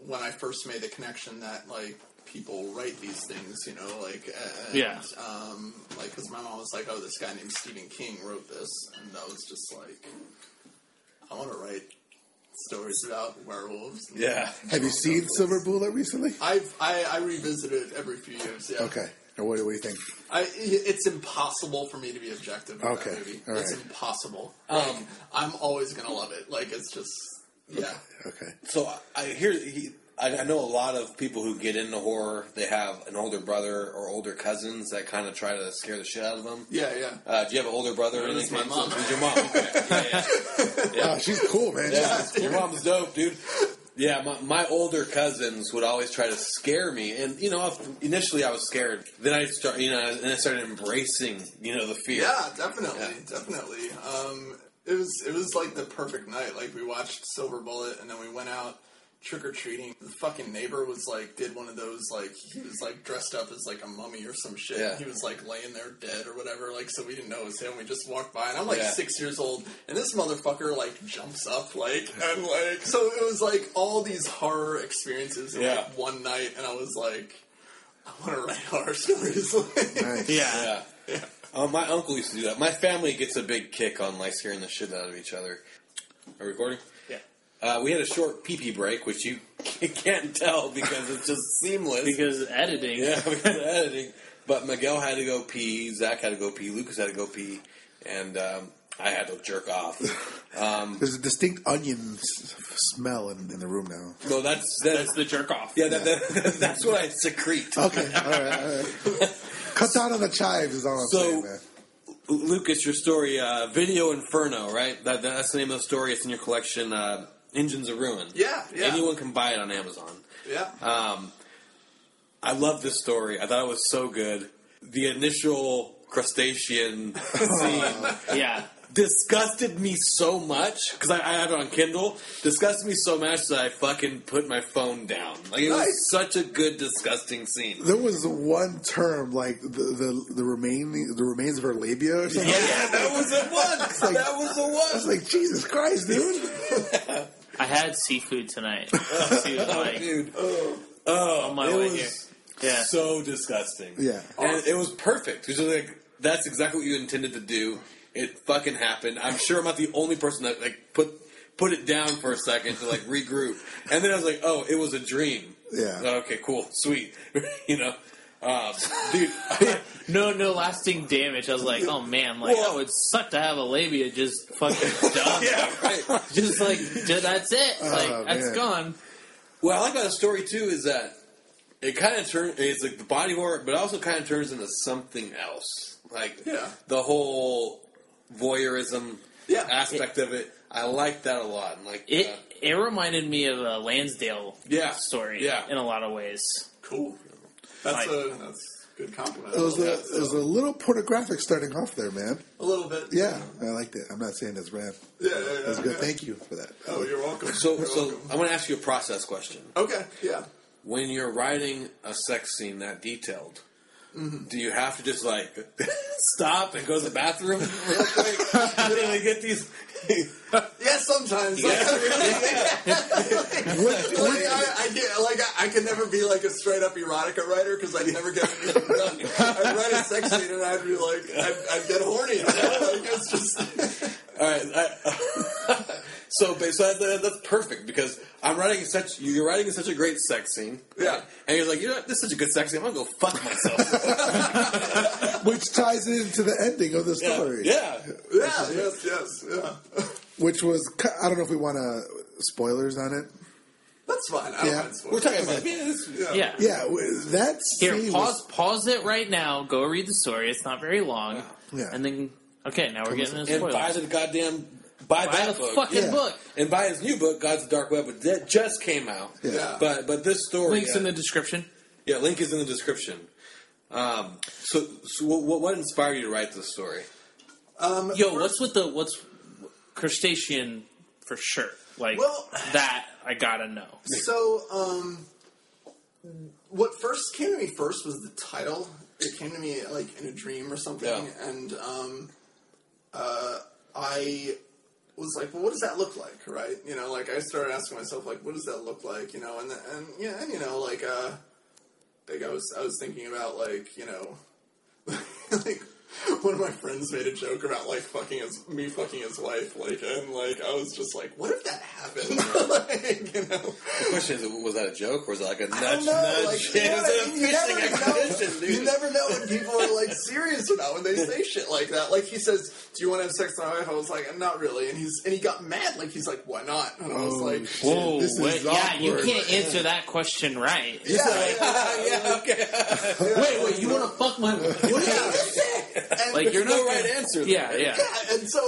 when I first made the connection that like people write these things, you know, like and, Yeah. um, like because my mom was like, oh, this guy named Stephen King wrote this, and that was just like, I want to write stories about werewolves. and Yeah. Have you seen Silver Bullet recently? I've, I, I revisit it every few years. Yeah. Okay. Now, What, what do you think? I, i- it's impossible for me to be objective. About Okay, That movie. all It's right. impossible. Um, like, I'm always gonna love it. Like it's just yeah. Okay. So I, I hear he, I, I know a lot of people who get into horror. They have an older brother or older cousins that kind of try to scare the shit out of them. Yeah, yeah. Uh, do you have an older brother? or No, that's anything? my mom. It's your mom. Okay. Yeah, yeah. Wow, Oh, she's cool, man. Yeah, your mom's dope, dude. Yeah, my, my older cousins would always try to scare me, and you know, initially I was scared. Then I start, you know, and I started embracing, you know, the fear. Yeah, definitely, definitely. Um, it was it was like the perfect night. Like we watched Silver Bullet, and then we went out trick or treating. The fucking neighbor was like did one of those like he was like dressed up as like a mummy or some shit. Yeah. He was like laying there dead or whatever. Like so we didn't know it was him. We just walked by, and I'm like Yeah. six years old, and this motherfucker like jumps up like and like so it was like all these horror experiences in Yeah. like one night, and I was like. I want to write horror stories. like, Nice. Yeah. Yeah. Uh, my uncle used to do that. My family gets a big kick on like scaring the shit out of each other. Are we recording? Yeah. Uh, we had a short pee pee break, which you can't tell because it's just seamless. Because editing. Yeah, because of editing. But Miguel had to go pee. Zach had to go pee. Lucas had to go pee, and um, I had to jerk off. Um, There's a distinct onion s- smell in, in the room now. no, that's that's That's the jerk off. yeah, that, that, that's what I secrete. Okay, all right, all right. Cut down on the chives is all I'm So- saying, man. Lucas, your story, uh, Video Inferno, right? That, that's the name of the story. It's in your collection, uh, Engines of Ruin. Yeah, yeah. Anyone can buy it on Amazon. yeah. Um, I love this story. I thought it was so good. The initial crustacean scene Yeah. disgusted me so much because I, I have it on Kindle. Disgusted me so much that I fucking put my phone down. Like it was Nice. such a good disgusting scene. There was one term like the the, the remaining the remains of her labia or something. Yeah, that was the one. that was the I was one. like, Jesus Christ, dude! I had seafood tonight. See, like, Dude. Oh, on my it way was here. Yeah. so disgusting. Yeah. and it was perfect. It was just like that's exactly what you intended to do. It fucking happened. I'm sure I'm not the only person that like put put it down for a second to like regroup, and then I was like, oh, it was a dream. Yeah. Okay. Cool. Sweet. you know, um, dude. No, no lasting damage. I was like, oh man, like Well- I would suck to have a labia just fucking done. yeah. Right. Just like ju- that's it. Like that's man. gone. What I like about the story too is that it kind of turns. It's like the body horror, but it also kind of turns into something else. Like Yeah. the whole voyeurism Yeah. aspect of it. I like that a lot. And like It uh, it reminded me of a Lansdale Yeah. story Yeah. in a lot of ways. Cool. Like- That's a that's a good compliment. It was a a, it was a little pornographic starting off there, man. little bit. Yeah, I liked it. I'm not saying that's rad. Yeah. yeah, yeah, That's good. yeah. Thank you for that. Oh, you're welcome. so You're so. welcome. I want to ask you a process question. Okay. Yeah. When you're writing a sex scene that detailed. Mm-hmm. Do you have to just like stop and go to the bathroom real quick? Literally get these. Yeah. Sometimes. Like, like, I, I get like I, I could never be like a straight up erotica writer because I'd never get anything done. I'd write a sex scene and I'd be like I'd, I'd get horny. You know? Like it's just All right. I, so, ba- so that, that- that's perfect because I'm writing such. You're writing such a great sex scene. Yeah. And you're like, you know, what? this is such a good sex scene. I'm gonna go fuck myself. Which ties into the ending of the story. yeah. yeah. Yes. Yes. Yeah. Which was ki- I don't know if we want to spoilers on it. That's fine. I don't Yeah. mind We're spoilers. talking about. Yeah, this- Yeah. Yeah, w- that Here, scene pause was pause it right now. Go read the story. It's not very long. Yeah. And then okay, now we're getting into And buy spoilers. the goddamn. Buy, Buy that the book. fucking Yeah. book. And buy his new book, God's Dark Web, which that just came out. Yeah. But but this story. Links yeah, in the description. yeah. Link is in the description. Um. So so what, what inspired you to write this story? Yo, what's with the what's crustacean for sure? Like Well- that I gotta know. So, um, what first came to me first was the title. It came to me like in a dream or something, Yeah. and um, uh, I was like, "Well, what does that look like?" Right? You know, like I started asking myself, like, "What does that look like?" You know, and the, and yeah, and you know, like, uh, like I was I was thinking about like you know, like one of my friends made a joke about like fucking his me fucking his wife, like and like I was just like, what if that happened? like, you know, The question is, was that a joke or was that like a nudge, I don't know. nudge? Like, you, It know was what I a mean? You fishing expedition, dude. never know. You never know when people are like serious or not when they say shit like that. Like he says, "Do you want to have sex with my wife?" I was like, "Not really," and he's and he got mad. Like he's like, "Why not?" And I was like, Whoa, This is wait, Yeah, you awkward. can't answer that question right. Yeah, yeah, yeah, okay. Wait, wait, you want to fuck my? What yeah, that's it. And- Like you're not No right answer. there. Yeah, yeah. Yeah, and so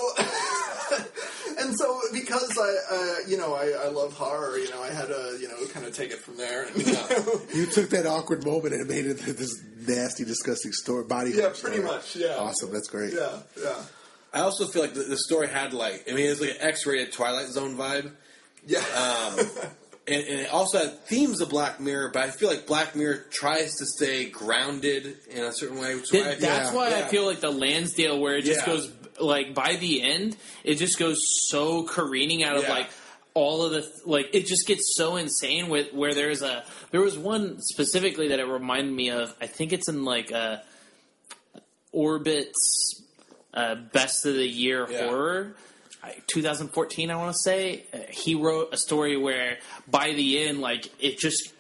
and so because I, uh, you know, I, I love horror. You know, I had to, you know, kind of take it from there. And, you know, You took that awkward moment and made it this nasty, disgusting story. Body. yeah, horror pretty story. much. Yeah, Awesome. That's great. Yeah, yeah, I also feel like the, the story had like, I mean, it was like an X-rated Twilight Zone vibe. yeah. and, and it also had themes of Black Mirror, but I feel like Black Mirror tries to stay grounded in a certain way. Which is why I Th- that's yeah, why I yeah. feel like the Lansdale, where it just Yeah. goes like by the end, it just goes so careening out of Yeah. like all of the like it just gets so insane with where there's a there was one specifically that it reminded me of. I think it's in like uh Orbit's uh, best of the year Yeah. horror. I- 2014, I want to say, uh, he wrote a story where by the end, like it just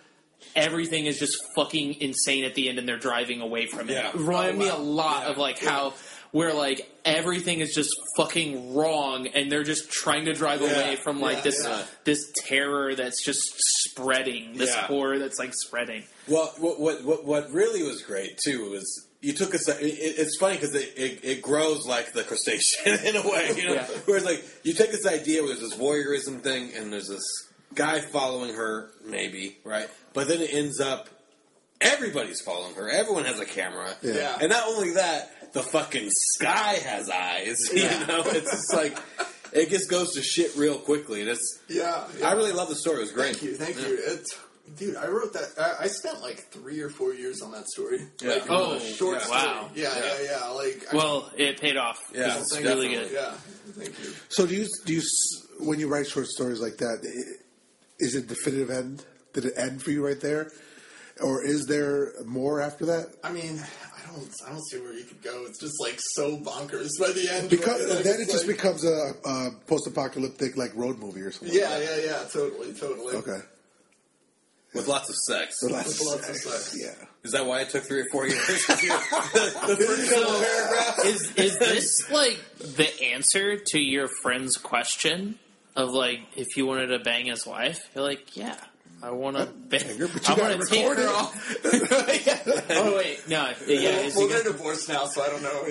everything is just fucking insane at the end, and they're driving away from it. Yeah. It reminded Oh, me a lot Yeah. of like how where like everything is just fucking wrong, and they're just trying to drive away from like Yeah. this Yeah. this terror that's just spreading, this Yeah. horror that's like spreading. Well, what what what, what really was great too was you took us. It, it- it's funny because it, it, it grows like the crustacean in a way, you know. Yeah. Whereas like you take this idea where there's this voyeurism thing and there's this guy following her, maybe right, but then it ends up everybody's following her. Everyone has a camera, Yeah. and not only that, the fucking sky has eyes. You know, it's just like it just goes to shit real quickly. And it's yeah, yeah. I really love the story. It was great. Thank you, thank you. It's, dude, I wrote that. I, I spent like three or four years on that story. Yeah. Like, Oh, a short yeah. story. wow. Yeah, yeah, yeah. Like, I- Well, it paid off. Yeah, it's really definitely. good. yeah. Thank you. So do you do you s- when you write short stories like that? i- Is it definitive end? Did it end for you right there, or is there more after that? I mean, I don't, I don't see where you could go. It's just like so bonkers by the end. Because Like, then it it's just like- becomes a, a post-apocalyptic like road movie or something. Yeah, yeah, yeah. Totally, totally. Okay. with lots of sex. So that's- With lots of sex. Yeah. Is that why it took three or four years? the first couple paragraphs. is is this like the answer to your friend's question of like if you wanted to bang his wife? You're like, yeah, I want to bang her, but I you gotta want to take record her it." off. Oh wait, no, yeah, Well, is well, he they're gonna, Oh. divorced now, so I don't know.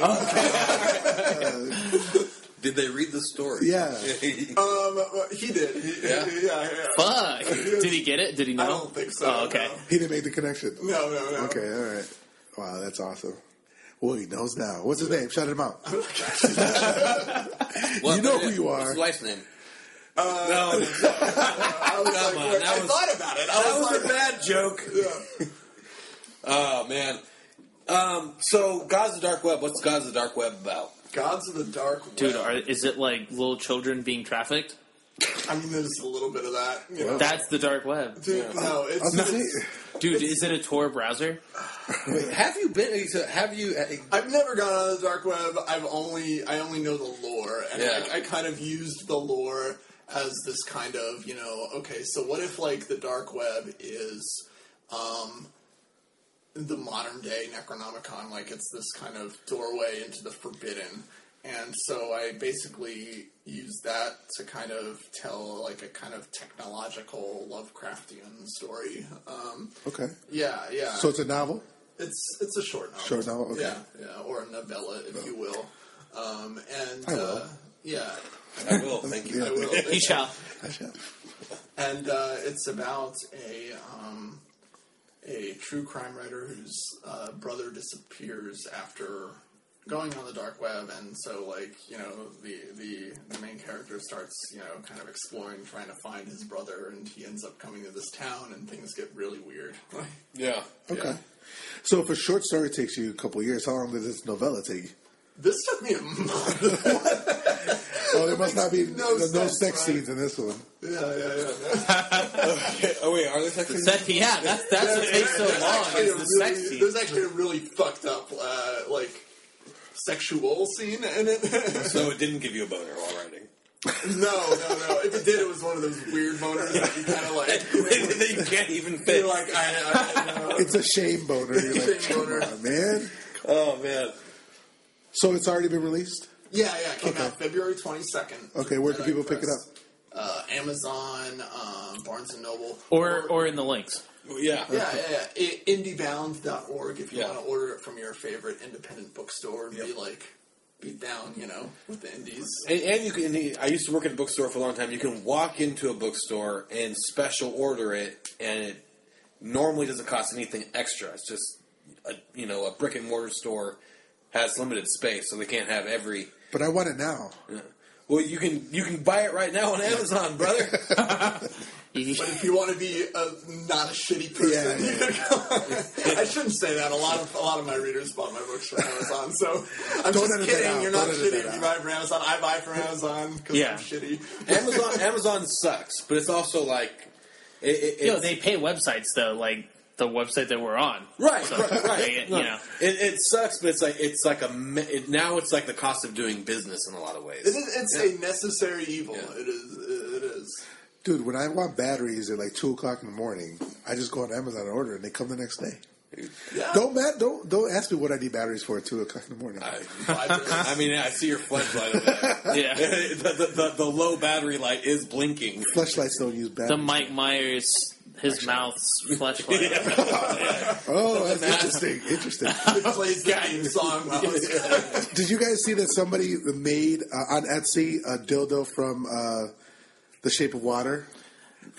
Did they read the story? Yeah. Um, well, he did. He, Yeah? yeah, yeah, yeah. fuck. Did he get it? Did he know? I don't think so. Oh, okay. He didn't make the connection. No, no, no. no. Okay. All right. Wow, that's awesome. Well, he knows now. What's his name? Shout him out. What- You know who you are. What's his wife's name? no, that I was Come on, like, wait, that I was- thought about it. I was, was a like, bad joke. Oh man. Um, so, Gods of the Dark Web. What's Gods of the Dark Web about? Gods of the Dark Web. Dude, are, is it like little children being trafficked? I mean, there's a little bit of that. You know? That's the dark web. Oh. Dude, no, it's, I'm saying- it's- Dude, is it a Tor browser? Wait, have you been? so Have you? uh, I've never gone on the dark web. I've only I only know the lore, and Yeah. like, I kind of used the lore as this kind of you know okay. So what if like the dark web is um, the modern day Necronomicon? Like it's this kind of doorway into the forbidden. And so I basically used that to kind of tell like a kind of technological Lovecraftian story. Um, okay. yeah, yeah. So it's a novel. It's it's a short novel. Short novel, okay. Oh. Yeah, yeah, or a novella, if you will. Um, and will. Uh, yeah, I will. Thank you. I will. He shall. I shall. and uh, it's about a um, a true crime writer whose uh, brother disappears after going on the dark web, and so like you know the the the main character starts you know kind of exploring, trying to find his brother, and he ends up coming to this town, and things get really weird. Yeah. Okay. So if a short story takes you a couple years, how long did this novella take? you? this took me a month. Oh, there must not be no no, sense, sex right? scenes in this one. yeah, yeah, yeah. yeah. Oh wait, are there sex scenes? That, yeah, that's that's what takes so There's long. actually Is the a really- sex scene. There's actually a really fucked up, uh, like, sexual scene in it. So it didn't give you a boner while writing. no, no, no. If it did, it was one of those weird boners that you kind of like. they can't even fit. You're like, I, I, I don't know. It's a shame boner. You're like, Shame boner. "Come on, man. oh man. So it's already been released. Yeah, yeah. It came Okay. out February 22nd. Okay, where can people pick it up? Uh, Amazon, um, Barnes and Noble, Or or in the links. Well, yeah. yeah, yeah, yeah. I- indiebound.org if you Yeah. want to order it from your favorite independent bookstore and be like beat down, you know, with the indies. And, and you can. I used to work at a bookstore for a long time. You can walk into a bookstore and special order it, and it normally doesn't cost anything extra. It's just a, you know a brick and mortar store has limited space, so they can't have every. But I want it now. Well, you can you can buy it right now on Amazon, brother. But if you want to be a, not a shitty person, Yeah, I shouldn't say that. A lot of a lot of my readers bought my books from Amazon, so I'm Don't edit just that kidding. out. You're not Don't edit shitty that if you out. buy from Amazon. I buy from Amazon because Yeah. I'm shitty. Amazon Amazon sucks, but it's also like it, it, it's, Yo, they pay websites though, like the website that we're on. right, So, right, right. they- No, you know. it, it sucks, but it's like it's like a me- it, now it's like the cost of doing business in a lot of ways. It is, it's a necessary evil. Yeah. It is. It is. Dude, when I want batteries at like two o'clock in the morning, I just go on Amazon and order, and they come the next day. Yeah. Don't Matt, don't don't ask me what I need batteries for at two o'clock in the morning. I, Vibrate. I mean, I see your flashlight. over there. Yeah. the, the, the, the low battery light is blinking. Flashlights don't use batteries. The Mike Myers his mouth's flashlight. oh, that's interesting. Interesting. It plays the theme song. while it's- Did you guys see that somebody made uh, on Etsy a dildo from uh, The Shape of Water?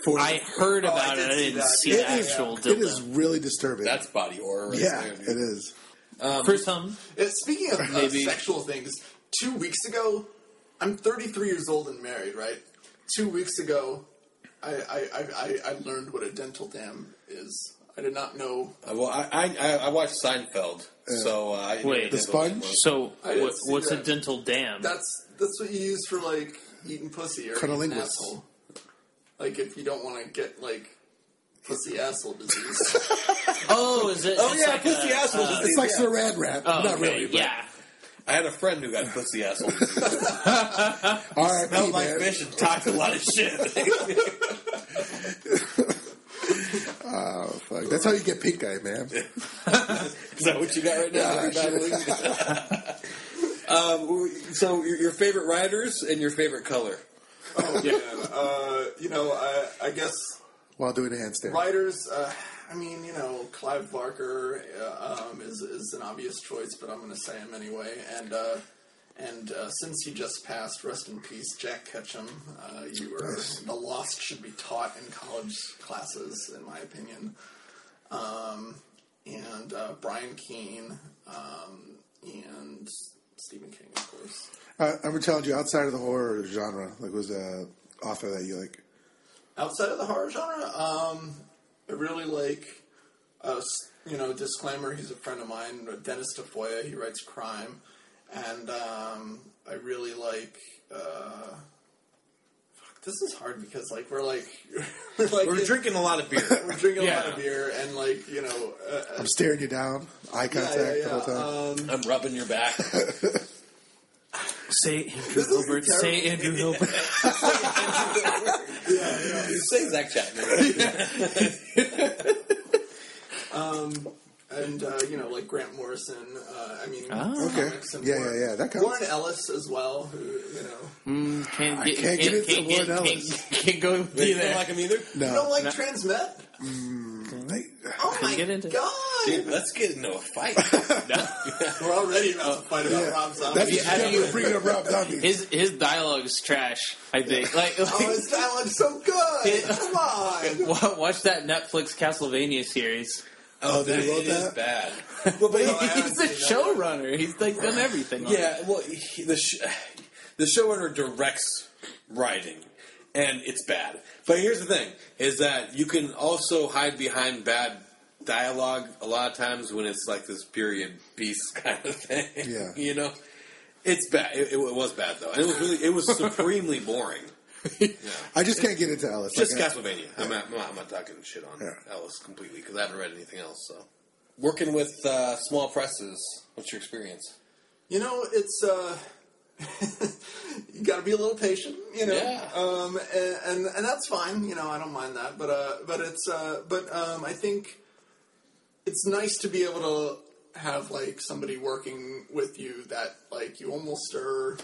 For I heard Oh, I about it. did I see didn't that. see it the is actual it is dildo. really disturbing. That's body horror. Right yeah, there, it dude. is. Chris Hum. Uh, Speaking of uh, Maybe. sexual things, two weeks ago, I'm 33 years old and married, right? Two weeks ago, I, I, I, I, I learned what a dental dam is. I did not know. Uh, Well, I, I I- I watched Seinfeld, so uh, I Wait. The sponge? So I didn't what, see what's a that. dental dam? That's that's what you use for like eating pussy or eating an Cunnilingus. asshole. Like if you don't want to get like pussy asshole disease. oh, is it? Oh it's yeah, like pussy a- asshole. uh, disease, It's like yeah. Saran wrap. oh, Not okay, really. but- Yeah. I had a friend who got pussy asshole. All right, Smelled hey, like man. fish and talked a lot of shit. Fuck, That's how you get pink eye, man. Is that what you got right now? Yeah, um, w- so your, your favorite riders and your favorite color. oh man, uh, you know, I, I guess While doing a handstand. Writers, uh, I mean, you know, Clive Barker uh, um, is, is an obvious choice, but I'm going to say him anyway. And uh, and uh, since he just passed, rest in peace, Jack Ketchum. Uh, you were the lost should be taught in college classes, in my opinion. Um, and uh, Brian Keene um, and Stephen King, of course. Uh, I'm gonna challenge you outside of the horror genre. Like, was a author that you like? outside of the horror genre, um, I really like, uh, s- you know, disclaimer, he's a friend of mine, Dennis DeFoya, he writes crime, and um, I really like, uh, fuck, this is hard because, like, we're like, we're like, We're drinking a lot of beer. we're drinking a lot Yeah. of beer, and, like, you know, uh, I'm staring you down, eye yeah, contact yeah, yeah, the whole time. um, I'm rubbing your back. Say Andrew Hilbert. Say Andrew Hilbert. You say Zach Chapman. and uh, you know, like Grant Morrison. Uh, I mean, Ah. Okay. comics and Yeah, Warren- yeah, yeah, that counts. Warren Ellis as well, who you know. Can't get, can't get into can't, Warren can't- Ellis. can't go with you me don't there. like him either. You don't no, like trans men? I- Oh my get into- god! Dude, let's get into a fight. We're already about to fight about Rob Zombie. that's yeah, you- we're bringing up Rob Zombie. His his dialogue is trash. I think. Like, oh, like his dialogue's so good! Come on! wa- watch that Netflix Castlevania series. Oh, did he It wrote is that? bad. Oh, Well, but I haven't He's the seen that. showrunner. He's like done everything. on it. yeah, well, he, the sh- the showrunner directs writing, and it's bad. But here's the thing: is that you can also hide behind bad dialogue a lot of times when it's like this period beast kind of thing. Yeah. you know, it's bad. It, it was bad though, and it was really it was supremely boring. I just can't get into Ellis. Just like, Castlevania. I'm, not, I'm, not, I'm not talking shit on Yeah. Ellis completely because I haven't read anything else. So, working with uh, small presses, what's your experience? You know, it's uh, you got to be a little patient. You know, Yeah. um, and, and and that's fine. You know, I don't mind that. But uh, but it's uh, but um, I think it's nice to be able to have like somebody working with you that like you almost are.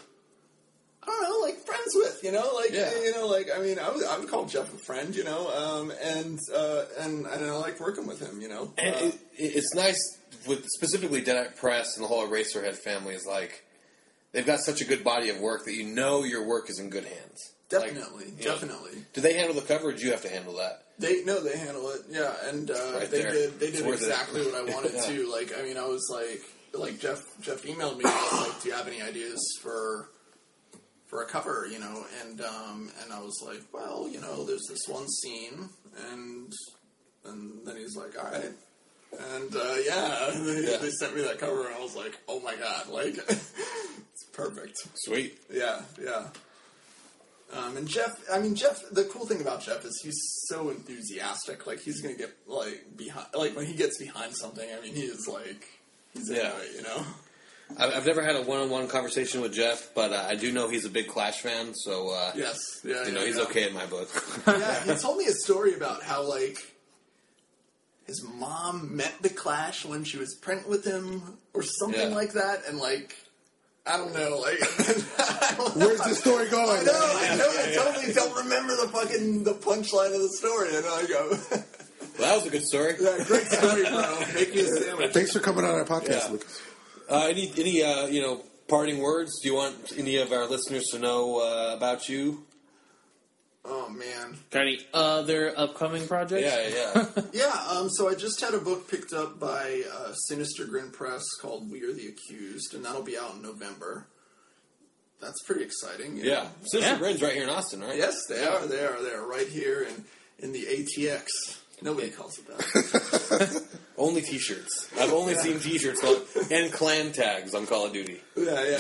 I don't know, like friends with, you know, like Yeah. you know, like I mean, I would, I would call Jeff a friend, you know, um, and uh, and and I like working with him, you know. And Uh, it, it, it's nice with specifically Deadite Press and the whole Eraserhead family is like they've got such a good body of work that you know your work is in good hands. Like, definitely, you know, definitely. do they handle the coverage? You have to handle that. They no, they handle it. Yeah, and uh, right they there. did. They It's did worth it. exactly what I wanted Yeah. to. Like, I mean, I was like, like Jeff. Jeff emailed me and was like, "Do you have any ideas for for a cover?" You know, and um, and I was like, "Well, you know, there's this one scene," and and then he's like, "All right." And uh, yeah, they, Yeah. they sent me that cover, and I was like, "Oh my god!" Like, it's perfect. Sweet. Yeah, yeah. Um, and Jeff, I mean Jeff. The cool thing about Jeff is he's so enthusiastic. Like he's gonna get like behind. Like when he gets behind something, I mean he is like he's yeah. Yeah. into it. You know. I've, I've never had a one-on-one conversation with Jeff, but uh, I do know he's a big Clash fan, so uh, Yes. Yeah. you know yeah, he's yeah. okay in my book. Yeah. He told me a story about how like his mom met the Clash when she was pregnant with him, or something Yeah. like that, and like. I don't know, like I don't know. Where's the story going? No, I know. I totally don't remember the fucking the punchline of the story, and I go, well, that was a good story. Yeah, great story, bro. Make you a sandwich. Thanks for coming on our podcast, Yeah. Lucas. Uh, any any uh, you know parting words? Do you want any of our listeners to know uh, about you? Oh man. Got any other upcoming projects? Yeah, yeah. Yeah. Um. So I just had a book picked up by uh, Sinister Grin Press called "We Are the Accused," and that'll be out in November. That's pretty exciting. you Yeah. know? Sister Yeah. Grin's right here in Austin, right? Yes, they are. They are. They are right here in in the ATX. Nobody calls it that. Only t-shirts. I've only seen t-shirts on, and clan tags on Call of Duty. yeah, yeah, yeah.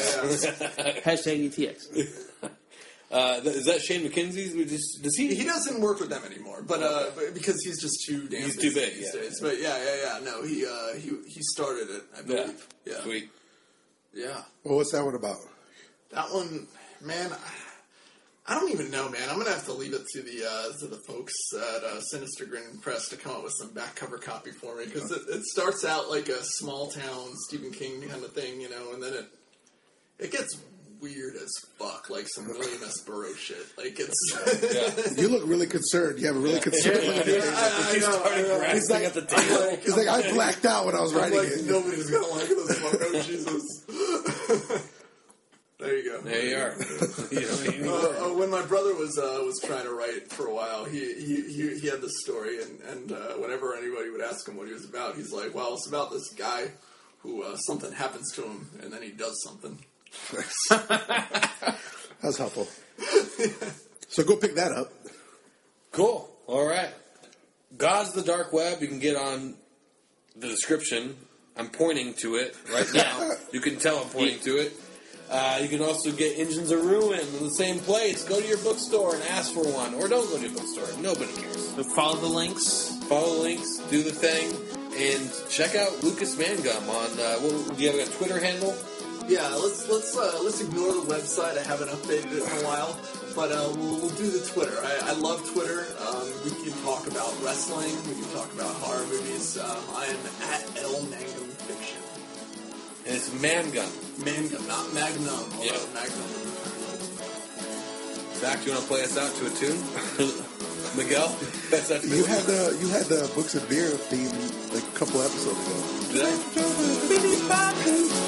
Hashtag E ETX. Uh, th- is that Shane McKenzie's? We just- Does he? He doesn't work with them anymore, but uh, but- because he's just too damn He's too busy big, these yeah. days. But yeah, yeah, yeah. No, he uh, he he started it. I yeah. believe. Yeah, Sweet. yeah. Well, what's that one about? That one, man. I don't even know, man. I'm gonna have to leave it to the uh, to the folks at uh, Sinister Grin Press to come up with some back cover copy for me because it, it starts out like a small town Stephen King kind of thing, you know, and then it it gets weird as fuck, like some William S. Burroughs shit. Like it's You look really concerned. You have a really concerned look. I, I know, I know. He's like- at the table. Oh, like, It's like I blacked out when I was I'm writing like it. nobody's gonna like this fuck. Oh Jesus. there you go. There you are. You know, you- Uh, uh, when my brother was uh, was trying to write for a while, he he, he, he had this story, and and uh, whenever anybody would ask him what he was about, he's like, "Well, it's about this guy who uh, something happens to him, and then he does something." That was helpful. so go pick that up. Cool. All right. God's the Dark Web. You can get on the description. I'm pointing to it right now. you can tell I'm pointing to it. Uh, you can also get Engines of Ruin in the same place. Go to your bookstore and ask for one, or don't go to your bookstore. Nobody cares. So follow the links. Follow the links, do the thing, and check out Lucas Mangum on. Uh, what, do you have a Twitter handle? Yeah, let's let's uh, let's ignore the website. I haven't updated it in a while, but uh, we'll, we'll do the Twitter. I, I love Twitter. Um, we can talk about wrestling. We can talk about horror movies. Um, I am at L Mangum Fiction. And it's Mangum. Mangum, not Magnum. although Yeah. Magnum. would be Zach, do you want to play us out to a tune? Miguel, that's that. You had the you had the books and beer theme like a couple episodes ago. Did I?